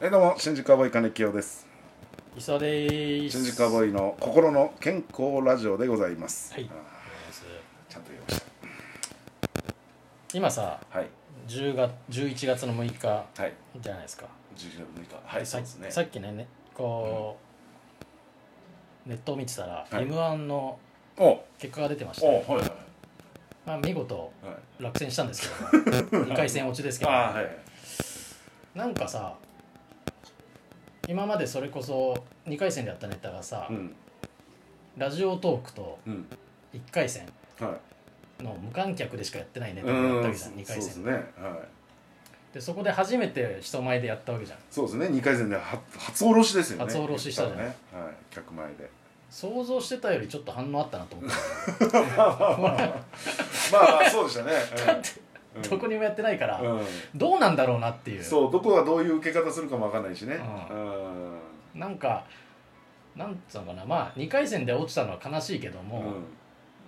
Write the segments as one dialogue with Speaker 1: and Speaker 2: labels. Speaker 1: えどうも新宿アボーイ金清です
Speaker 2: 磯でーす
Speaker 1: 新宿アボ
Speaker 2: ーイ
Speaker 1: ーイの心の健康ラジオでございます、
Speaker 2: はい
Speaker 1: あーちゃんと言いまし
Speaker 2: 今さ
Speaker 1: たはい
Speaker 2: 10月11月の6日
Speaker 1: はい
Speaker 2: じゃないですか、
Speaker 1: 11月6日はい
Speaker 2: さ
Speaker 1: そう
Speaker 2: っ
Speaker 1: ですね
Speaker 2: さっきねねこう、ネットを見てたら、
Speaker 1: はい
Speaker 2: m 1の
Speaker 1: おお
Speaker 2: 結果が出てまして、
Speaker 1: はいはい
Speaker 2: まあ、見事
Speaker 1: はい
Speaker 2: 落選したんですけど も二回戦落ちですけど、
Speaker 1: あーはい
Speaker 2: なんかさ今までそれこそ2回戦でやったネタがさ、
Speaker 1: うん
Speaker 2: ラジオトークと
Speaker 1: うん
Speaker 2: 1回戦
Speaker 1: はい
Speaker 2: の無観客でしかやってないネタ
Speaker 1: う
Speaker 2: をやったわけ
Speaker 1: ん
Speaker 2: じゃん2
Speaker 1: そう
Speaker 2: 回
Speaker 1: です
Speaker 2: 戦
Speaker 1: ねはい
Speaker 2: でそこで初めて人前でやったわけじゃん
Speaker 1: そうですね二回戦では初おろしですよね
Speaker 2: 初おろししたじゃん
Speaker 1: ねはい客前で
Speaker 2: 想像してたよりちょっと反応あったなと思っ
Speaker 1: まあまあまあまあまあそうでしたねうん
Speaker 2: てどこにもやってないから、
Speaker 1: うん
Speaker 2: どうなんだろうなっていう
Speaker 1: そうどこがどういう受け方するかもわかんないしね
Speaker 2: う
Speaker 1: うん
Speaker 2: なんかなんつうのかなまあ2回戦で落ちたのは悲しいけども、
Speaker 1: うん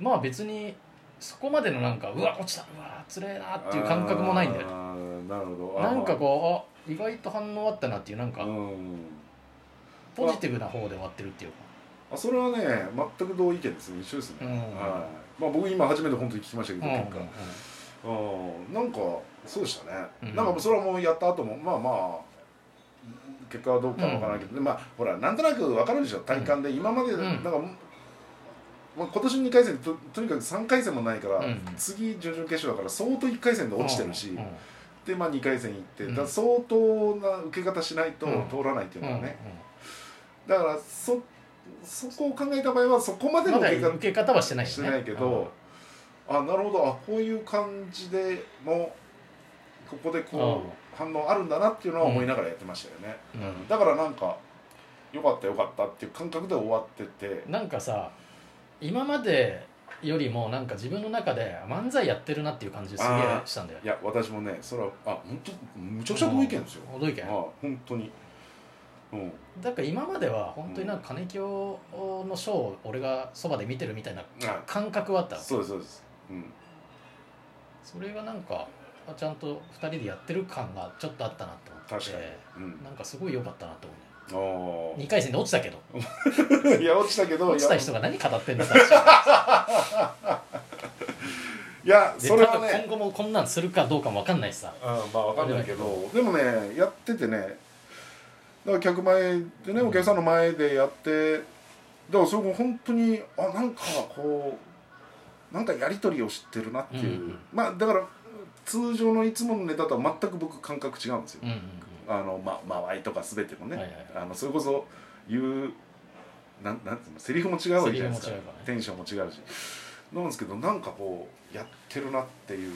Speaker 2: まあ別にそこまでのなんかうわ落ちたうわつれえなっていう感覚もないんだよね
Speaker 1: あーなるほどあ
Speaker 2: なんかこうあ意外と反応あったなっていうなんか
Speaker 1: うん
Speaker 2: ポジティブな方で終わってるっていうか
Speaker 1: あそれはね全く同意見ですね一緒ですね、
Speaker 2: うん
Speaker 1: はいまあ僕今初めて本当に聞きましたけ
Speaker 2: うん
Speaker 1: ど
Speaker 2: うんうん
Speaker 1: 結果、うんなんかそうでしたね、
Speaker 2: うん
Speaker 1: なんかそれはもうやった後もまあまあ結果はどうかわからないけど、まあほらなんとなくわかるでしょ体感で、今まで、
Speaker 2: ん
Speaker 1: なんか、まあ、今年2回戦ととにかく3回戦もないから、
Speaker 2: うん
Speaker 1: 次準々決勝だから相当1回戦で落ちてるし、
Speaker 2: うんうん
Speaker 1: でまあ2回戦行って、
Speaker 2: うん
Speaker 1: だから相当な受け方しないと
Speaker 2: うん
Speaker 1: 通らないっていうのはね、
Speaker 2: う
Speaker 1: だからそそこを考えた場合はそこまで
Speaker 2: ん
Speaker 1: の
Speaker 2: ま
Speaker 1: 受
Speaker 2: だ
Speaker 1: け
Speaker 2: 受
Speaker 1: 方
Speaker 2: け方はしてない
Speaker 1: し
Speaker 2: してね
Speaker 1: ないけど、あなるほどあこういう感じでもここでこう反応あるんだなっていうのは思いながらやってましたよね、
Speaker 2: うんうん
Speaker 1: だからなんかよかったよかったっていう感覚で終わってて
Speaker 2: うんなんかさ今までよりもなんか自分の中で漫才やってるなっていう感じすげえ
Speaker 1: あー
Speaker 2: したんだよ
Speaker 1: いや私もねそれはあ本当むちゃくちゃ同意見ですよ、
Speaker 2: うん同意見
Speaker 1: あ本当にうん
Speaker 2: だから今までは本当になんか金清のショーを俺がそばで見てるみたいな
Speaker 1: あ
Speaker 2: 感覚はあったの
Speaker 1: そうですそうですうん
Speaker 2: それがなんかあちゃんと2人でやってる感がちょっとあったなと思って
Speaker 1: 確かに、うん
Speaker 2: なんかすごい良かったなと思う
Speaker 1: あー
Speaker 2: ね2回戦で落ちたけど
Speaker 1: いや落ちたけど
Speaker 2: 落ちた
Speaker 1: い
Speaker 2: 人が何語ってん だ最初
Speaker 1: やいや
Speaker 2: で
Speaker 1: それは
Speaker 2: 多分
Speaker 1: ね
Speaker 2: 今後もこんなんするかどうかも分かんないしさ
Speaker 1: うんまあわかんないけどでもねやっててねだから客前でねお客さんの前でやってだからそれも本当にあなんかこうなんかやり取りを知ってるなっていう、
Speaker 2: うんうん
Speaker 1: まあだから通常のいつものネタとは全く僕感覚違うんですよ、
Speaker 2: うんうん
Speaker 1: あのまあ間合いとか全てもね、
Speaker 2: はいはい
Speaker 1: あのそれこそ言うなんなんつうのセリフも違うわけじゃないですか
Speaker 2: セリフも違うからね
Speaker 1: テンションも違うしなんですけどなんかこうやってるなっていう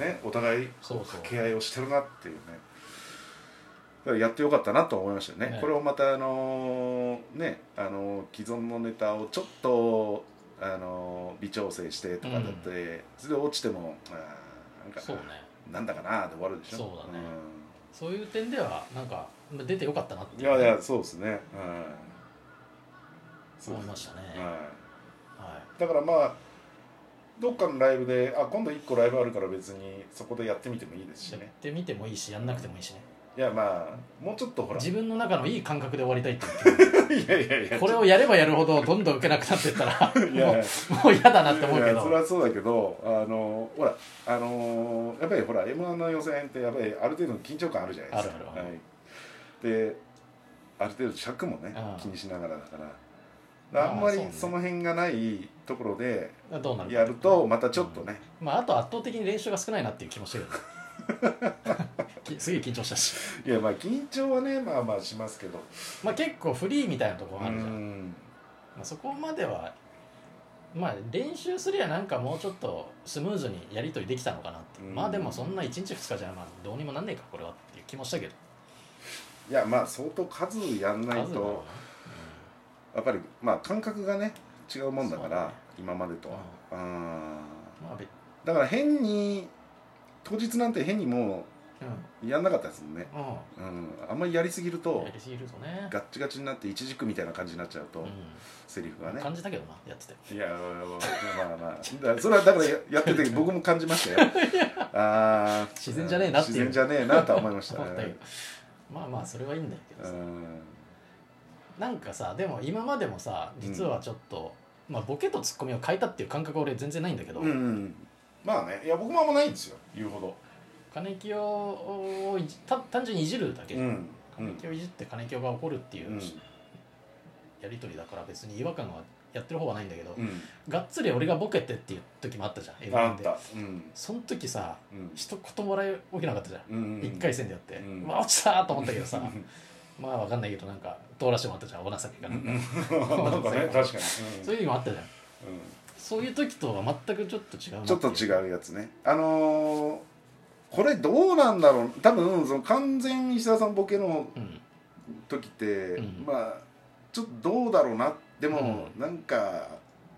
Speaker 2: うん
Speaker 1: ねお互い
Speaker 2: そうそう
Speaker 1: 掛け合いをしてるなっていうねだからやってよかったなと思いましたよね、
Speaker 2: はい
Speaker 1: これをまたあのーねあのー既存のネタをちょっとあのー微調整してとかだって、それで落ちてもあーなんか
Speaker 2: そうね
Speaker 1: なんだかなーで終わるでしょ
Speaker 2: そうだねそういう点ではなんか出て良かったなっ
Speaker 1: うん
Speaker 2: て
Speaker 1: い
Speaker 2: いう
Speaker 1: やいやそうですねうんそう
Speaker 2: 思い
Speaker 1: です
Speaker 2: ましたね
Speaker 1: は
Speaker 2: はい
Speaker 1: だからまあどっかのライブであ今度1個ライブあるから別にそこでやってみてもいいです
Speaker 2: い
Speaker 1: し
Speaker 2: やっ
Speaker 1: ね
Speaker 2: てみてもいいしやんなくてもいいしね
Speaker 1: いやまあもうちょっとほら
Speaker 2: 自分の中のいい感覚で終わりたいって言ってる
Speaker 1: いやいやいや
Speaker 2: これをやればやるほどどんどん受けなくなってったら もう
Speaker 1: いやいや
Speaker 2: もう嫌だなって思う
Speaker 1: いや
Speaker 2: け
Speaker 1: いやそ
Speaker 2: ど
Speaker 1: れはそうだけどあのほらあのやっぱりほら m 1の予選ってやっぱりある程度の緊張感あるじゃないですか
Speaker 2: あるある
Speaker 1: はい、である程度尺もね
Speaker 2: うん
Speaker 1: 気にしながらだから
Speaker 2: まあ
Speaker 1: あんま
Speaker 2: そう
Speaker 1: り
Speaker 2: ね
Speaker 1: その辺がないところで
Speaker 2: どうなるか
Speaker 1: やるとまたちょっとね、
Speaker 2: まあ、あと圧倒的に練習が少ないなっていう気もしてる きすげえ緊張したし、
Speaker 1: いやまあ緊張はねまあまあしますけど
Speaker 2: まあ、結構フリーみたいなとこ
Speaker 1: う
Speaker 2: ろあるじゃん、
Speaker 1: ん
Speaker 2: まあ、そこまではまあ練習すりゃなんかもうちょっとスムーズにやり取りできたのかなって、
Speaker 1: うん
Speaker 2: まあでもそんな1日2日じゃまあどうにもなんねえかこれはっていう気もしたけど
Speaker 1: いやまあ相当数やんない
Speaker 2: 数だろう
Speaker 1: とやっぱりまあ感覚がね違うもんだから
Speaker 2: そうね
Speaker 1: 今までとは。うん
Speaker 2: なまあべ、
Speaker 1: だから変に当日なんて変にも
Speaker 2: う
Speaker 1: うやんなかったですもんね、
Speaker 2: んうん
Speaker 1: うん、あんまりやりすぎると
Speaker 2: やりすぎるとね、
Speaker 1: ガッチガチになって一軸みたいな感じになっちゃうと、
Speaker 2: う
Speaker 1: セリフが
Speaker 2: ん
Speaker 1: ね
Speaker 2: 感じたけどなやってて
Speaker 1: いやまあまあまあだからそれはだからややってて僕も 感じましたよあー
Speaker 2: 自然じゃねえなってい
Speaker 1: 自
Speaker 2: う
Speaker 1: 然じゃねえなとは思いました
Speaker 2: 思ったけ
Speaker 1: ね
Speaker 2: どまあまあそれはいいんだけど
Speaker 1: う
Speaker 2: さ、
Speaker 1: ん
Speaker 2: なんかさでも今までもさ実はちょっと、まあボケとツッコミを変えたっていう感覚は俺全然ないんだけど、
Speaker 1: うんうんまあねいや僕もあんまないんですよ言うほど
Speaker 2: 金清をいじた単純にいじるだけ、
Speaker 1: うんう
Speaker 2: 金
Speaker 1: ん
Speaker 2: 清いじって金清が怒るっていう、
Speaker 1: うん
Speaker 2: やり取りだから別に違和感はやってる方はないんだけど、
Speaker 1: うん
Speaker 2: がっつり俺がボケてっていう時もあったじゃん映
Speaker 1: あ
Speaker 2: 画
Speaker 1: っ
Speaker 2: で
Speaker 1: たうん
Speaker 2: その時さ
Speaker 1: うん
Speaker 2: 一言もらい起きなかったじゃん、
Speaker 1: うん
Speaker 2: 一回戦でやって、
Speaker 1: うん
Speaker 2: うわ落ちたーと思ったけ どさまあわかんないけどなんか通らせてもらったじゃんお情けが
Speaker 1: う
Speaker 2: なんんか、
Speaker 1: うんなんかね確かに
Speaker 2: そういう時もあったじゃん
Speaker 1: うんうん
Speaker 2: そういう時とは全くちょっと違うな
Speaker 1: ちょっと
Speaker 2: う
Speaker 1: 違うやつねあのーこれどうなんだろう多分その完全に石田さんボケの
Speaker 2: うん
Speaker 1: 時って、
Speaker 2: うん
Speaker 1: まあちょっとどうだろうなでも、
Speaker 2: う
Speaker 1: なんか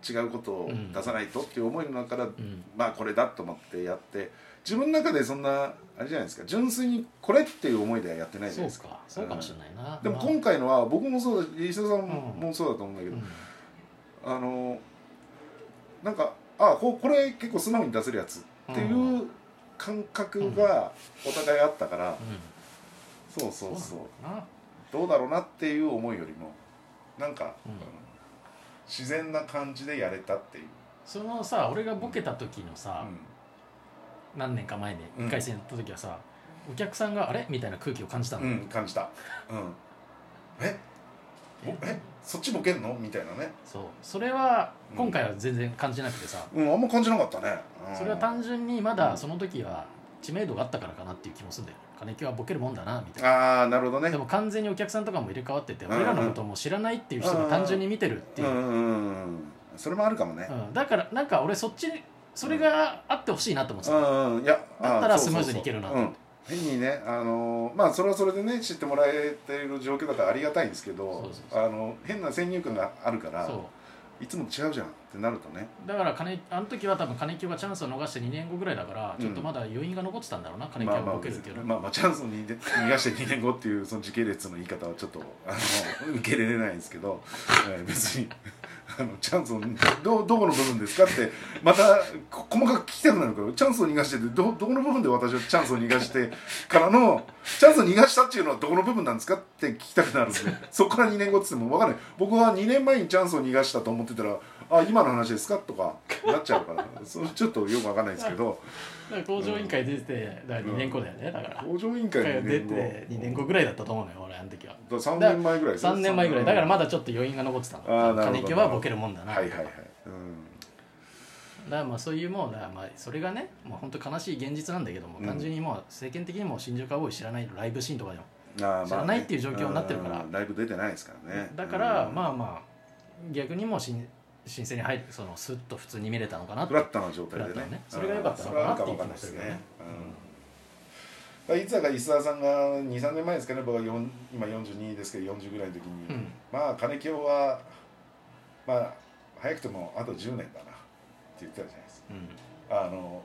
Speaker 1: 違うことを出さないとっていう思いの中から、
Speaker 2: うん
Speaker 1: まあこれだと思ってやって自分の中でそんなあれじゃないですか純粋にこれっていう思いではやってないじゃ
Speaker 2: そ
Speaker 1: ないうですか
Speaker 2: かそうかもしれないな、
Speaker 1: でも
Speaker 2: まあ
Speaker 1: 今回のは僕もそうだし石田さん
Speaker 2: うん
Speaker 1: もそうだと思うんだけ
Speaker 2: う
Speaker 1: ど、
Speaker 2: ん
Speaker 1: あのなんかあここれ結構素直に出せるやつっていうう感覚がお互いあったから、そうそう
Speaker 2: うん、
Speaker 1: そうう
Speaker 2: なのか
Speaker 1: どうだろうなっていう思いよりもなんか、
Speaker 2: うん
Speaker 1: うん自然な感じでやれたっていう、
Speaker 2: なそのさ俺がボケた時のさ、
Speaker 1: う
Speaker 2: 何年か前に
Speaker 1: うん
Speaker 2: 1回戦やった時はさ、お客さんがあれみたいな空気を感じたの、
Speaker 1: んうん感じた、うん、えぼえそっちボケんのみたいなね、
Speaker 2: そうそれは
Speaker 1: うん
Speaker 2: 今回は全然感じなくてさ、
Speaker 1: うん、あんま感じなかったね、うん
Speaker 2: それは単純にまだその時は知名度があったからかなっていう気もするんだよ金木はボケるもんだなみたいな
Speaker 1: ああなるほどね
Speaker 2: でも完全にお客さんとかも入れ替わってて
Speaker 1: うん
Speaker 2: 俺らのことも知らないっていう人が単純に見てるって
Speaker 1: う
Speaker 2: い
Speaker 1: ん
Speaker 2: う、
Speaker 1: うんうんうんそれもあるかもね、
Speaker 2: うん、だからなんか俺そっちにそれがあってほしいなと思ってた、
Speaker 1: うんうんいや
Speaker 2: だったら
Speaker 1: あそうそうそう
Speaker 2: スムーズにいけるなと
Speaker 1: うん変にねあのーまあそれはそれでね知ってもらえている状況だからありがたいんですけど
Speaker 2: そうそうそ
Speaker 1: あの変な先入観があるから
Speaker 2: そ
Speaker 1: いつもと違うじゃんってなるとね
Speaker 2: うだから金あの時は多分金木がチャンスを逃して2年後ぐらいだから
Speaker 1: うん
Speaker 2: ちょっとまだ余韻が残ってたんだろうな金木
Speaker 1: まあ
Speaker 2: が
Speaker 1: まあ
Speaker 2: ボケるっていうのは、
Speaker 1: まあまあチャンスを逃げ逃がして2年後っていうその時系列の言い方はちょっとあの受け入れれないんですけど、えー別にあのチャンスをどどこの部分ですかってまたこ細かく聞きたくなるからチャンスを逃がしててどどこの部分で私はチャンスを逃がしてからのチャンスを逃がしたっていうのはどこの部分なんですかって聞きたくなるんでそこから2年後って言っても分かんない僕は2年前にチャンスを逃がしたと思ってたらあ今の話ですかとかなっちゃうからそれちょっとよく分かんないですけど
Speaker 2: だから工場委員会出ててだから2年後だよねだから、
Speaker 1: 工場委員
Speaker 2: 一
Speaker 1: 会
Speaker 2: 回
Speaker 1: の
Speaker 2: 出て2年後ぐらいだったと思うのよ俺あの時は
Speaker 1: だ3年前ぐらいですね
Speaker 2: 3年前ぐらいだからま
Speaker 1: だ
Speaker 2: だちょっと余韻が残ってたの
Speaker 1: あーなるほど
Speaker 2: 金木はボケるもんだな
Speaker 1: はいはいはい
Speaker 2: だからまあそういうもうだからまあそれがねもう本当悲しい現実なんだけども、
Speaker 1: うん
Speaker 2: 単純にもう世間的にもう新宿アボーイ知らないライブシーンとかでも、
Speaker 1: うんあーまあね
Speaker 2: 知らないっていう状況になってるから
Speaker 1: うんライブ出てないですからね
Speaker 2: だから、
Speaker 1: うん
Speaker 2: まあまあ逆にもう新新鮮に入るそのスッと普通に見れたのかなって
Speaker 1: フラットな状態で
Speaker 2: フラット
Speaker 1: ね
Speaker 2: なねそれが良かったのかなっていう気もするけどね
Speaker 1: うんそれはあるかもわかんないですねうんいつだか石澤さんが23年前ですかね僕は4今42ですけど40ぐらいの時に、
Speaker 2: うん
Speaker 1: まあ金清はまあ早くてもあと10年だなって言ってたじゃないです
Speaker 2: うん、
Speaker 1: かあの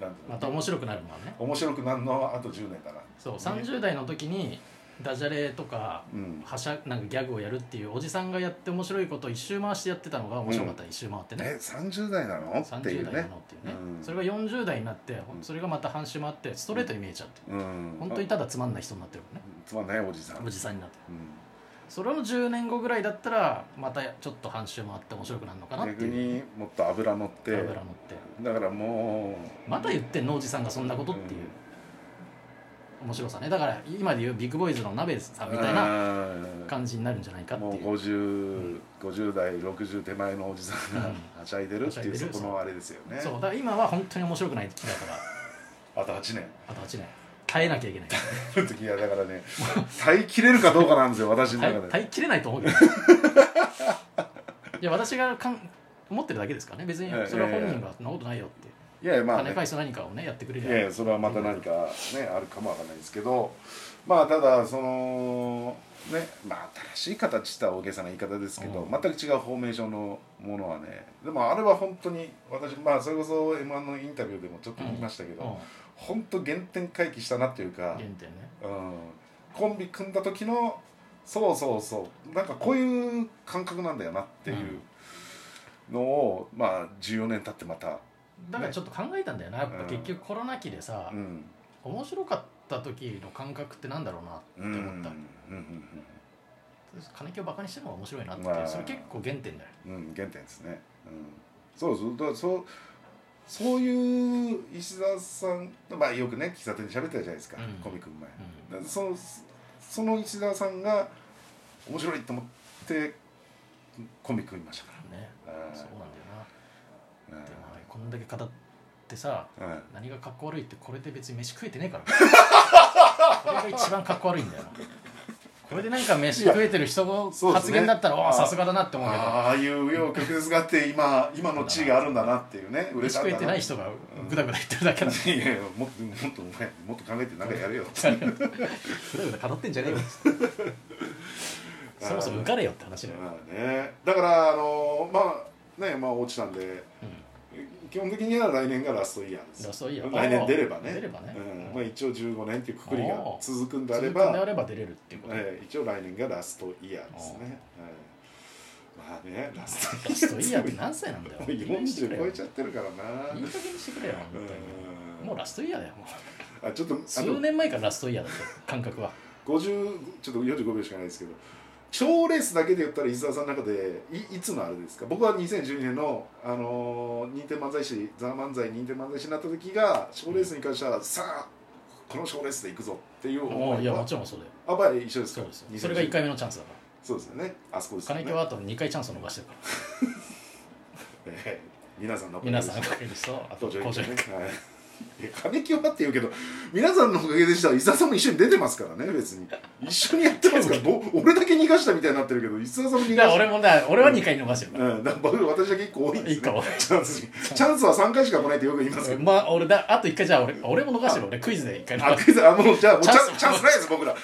Speaker 1: なんていうの
Speaker 2: また面白くなるもんね
Speaker 1: 面白くなるのはあと10年だな
Speaker 2: そう30代の時にダジャレとか
Speaker 1: うん
Speaker 2: はしゃなんかギャグをやるっていうおじさんがやって面白いことを一周回してやってたのが面白かった、一周回ってね
Speaker 1: え30代なのってい
Speaker 2: 30
Speaker 1: う
Speaker 2: 代な
Speaker 1: ね
Speaker 2: のっていうね、
Speaker 1: うん
Speaker 2: それが40代になってほん
Speaker 1: うん
Speaker 2: それがまた半周回ってストレートに見えちゃって、
Speaker 1: うん
Speaker 2: 本当にただつまんない人になってるもんね
Speaker 1: つまんないおじさん
Speaker 2: おじさんになって
Speaker 1: う、
Speaker 2: それを10年後ぐらいだったらまたちょっと半周回って面白くなるのかなんって
Speaker 1: 逆
Speaker 2: いう
Speaker 1: にもっと油乗って
Speaker 2: 油乗って
Speaker 1: だからも
Speaker 2: また言ってんのおじさんがそんなことっていう、面白さねだから今で言うビッグボーイズの鍋さ
Speaker 1: うんん
Speaker 2: みたいな
Speaker 1: うん
Speaker 2: 感じになるんじゃないかって
Speaker 1: もう
Speaker 2: いう
Speaker 1: 5050、50代60手前のおじさんが
Speaker 2: うん
Speaker 1: はしゃいでるっていうそ
Speaker 2: はしゃいでる
Speaker 1: このあれですよね
Speaker 2: そうだから今は本当に面白くない時期だから
Speaker 1: あと8年
Speaker 2: あと8年耐えなきゃいけない
Speaker 1: その時はだからね耐えきれるかどうかなんですよ私の
Speaker 2: 耐え
Speaker 1: 中で、
Speaker 2: 耐えきれないと思うけどいや私がかん思ってるだけですからね別に
Speaker 1: いやいやいや
Speaker 2: それは本人がそんなことないよって、
Speaker 1: いやいやまあ、
Speaker 2: 金
Speaker 1: ね、
Speaker 2: 返す何かをねやってくれ
Speaker 1: い
Speaker 2: り
Speaker 1: やい
Speaker 2: ゃ
Speaker 1: やそれはまた何かねあるかもわかんないですけどまあただそのねまあ新しい形した大げさな言い方ですけど、
Speaker 2: うん
Speaker 1: 全く違うフォーメーションのものはねでもあれは本当に私まあそれこそ m 1のインタビューでもちょっと言いましたけど、
Speaker 2: うん
Speaker 1: 本当原点回帰したなっていうか
Speaker 2: 原、点ね
Speaker 1: うん、コンビ組んだ時のそうそうそうなんかこういう感覚なんだよなっていうのを、まあ14年経ってまた
Speaker 2: だからちょっと考えたんだよなやっぱ
Speaker 1: うん
Speaker 2: 結局コロナ期でさ、
Speaker 1: うん
Speaker 2: 面白かっった時の感覚ってなんだろうなって
Speaker 1: うん
Speaker 2: 思った、金木をバカにしても面白いなっていう、
Speaker 1: まあ
Speaker 2: それ結構原点じゃない
Speaker 1: うんうんうん、うん、原点ですね、うん、そうそうだからそうそういう石田さん、まあ、よくね喫茶店で喋ってたじゃないですか、
Speaker 2: うん
Speaker 1: コミック前、
Speaker 2: うん
Speaker 1: だからそのその石田さんが面白いと思ってコミック見ましたか
Speaker 2: ね
Speaker 1: ら、うん
Speaker 2: そうなんだよな
Speaker 1: うん
Speaker 2: でもあれこんだけ語ってさ
Speaker 1: うん
Speaker 2: 何がかっこ悪いってこれで別に飯食えてねえからこれが一番かっこ悪いんだよなこれでなんか飯食えてる人の
Speaker 1: そうですね
Speaker 2: 発言だったら、お
Speaker 1: あ
Speaker 2: お
Speaker 1: ー
Speaker 2: さすがだなって思うけど
Speaker 1: ああいうよう曲折があって今今の地位があるんだなっていうね
Speaker 2: 飯
Speaker 1: かっ
Speaker 2: 食
Speaker 1: た
Speaker 2: えてない人がぐだぐだ言ってるだけだ
Speaker 1: いやいやもっともっとお前もっと考えてなんかやれよ
Speaker 2: ぐだぐだ語ってんじゃねえよそもそも受かれよって話だよ、
Speaker 1: まあねだからあのまあねまあ落ちたんで
Speaker 2: うん
Speaker 1: 基本的には来年がラストイヤーです
Speaker 2: ラストイヤー
Speaker 1: 来年出ればね
Speaker 2: 出ればね
Speaker 1: うんまあ、一応15年っていうくくりが
Speaker 2: おー
Speaker 1: 続くんであ
Speaker 2: 続
Speaker 1: れ
Speaker 2: くんで
Speaker 1: ば
Speaker 2: あれば出れるっていうこと、
Speaker 1: ええ一応来年がラストイヤーですね、はいまあねラストイヤー
Speaker 2: ラストイヤーって何歳なんだよ
Speaker 1: もう40超えちゃ
Speaker 2: ゃ
Speaker 1: ってるからな、
Speaker 2: いい加減にしてくれよ本当
Speaker 1: う
Speaker 2: に
Speaker 1: ん
Speaker 2: もうラストイヤーだよもう
Speaker 1: あちょっとあ
Speaker 2: 数
Speaker 1: と
Speaker 2: 年前からラストイヤーだった感覚は
Speaker 1: 50ちょっと45秒しかないですけど賞レースだけで言ったら伊沢さんの中でいいつのあれですか僕は2012年の、あのー認定漫才師ザ・漫才認定漫才師になった時が賞レースに関しては、さあこの賞レースで行くぞっていう
Speaker 2: も
Speaker 1: 思
Speaker 2: うい
Speaker 1: い
Speaker 2: やも
Speaker 1: は
Speaker 2: ちろんそうだよ
Speaker 1: あばい一緒です
Speaker 2: そ
Speaker 1: か
Speaker 2: うですよそれが1
Speaker 1: 2012
Speaker 2: 回目のチャンスだから
Speaker 1: そうですよねあそこですよ
Speaker 2: 金
Speaker 1: ね
Speaker 2: 木はあと2回チャンスを逃してるから
Speaker 1: ええ皆さんのおかげで
Speaker 2: 皆
Speaker 1: した
Speaker 2: さんのおかげですとあと
Speaker 1: 登場
Speaker 2: 工
Speaker 1: です
Speaker 2: 場
Speaker 1: ねはいいや金清はって言うけど皆さんのおかげでした伊沢さんも一緒に出てますからね別に一緒にやってますからぼ俺だけ逃がしたみたいになってるけど伊沢さんも逃
Speaker 2: だか
Speaker 1: が
Speaker 2: ら
Speaker 1: し
Speaker 2: 俺もだ俺は2回逃してるか
Speaker 1: うん、だから僕私は結構多いん
Speaker 2: ら
Speaker 1: で
Speaker 2: 一
Speaker 1: す、
Speaker 2: 回
Speaker 1: ね、
Speaker 2: は
Speaker 1: チャンスにチャンスは3回しか来ないってよく言いますけど
Speaker 2: まあ俺だあと1回じゃあ俺俺も逃してる俺クイズで1回
Speaker 1: あ
Speaker 2: 逃してる
Speaker 1: クイズあもうじゃあもうチャン
Speaker 2: チャン
Speaker 1: ス
Speaker 2: ス
Speaker 1: チャンスないです僕ら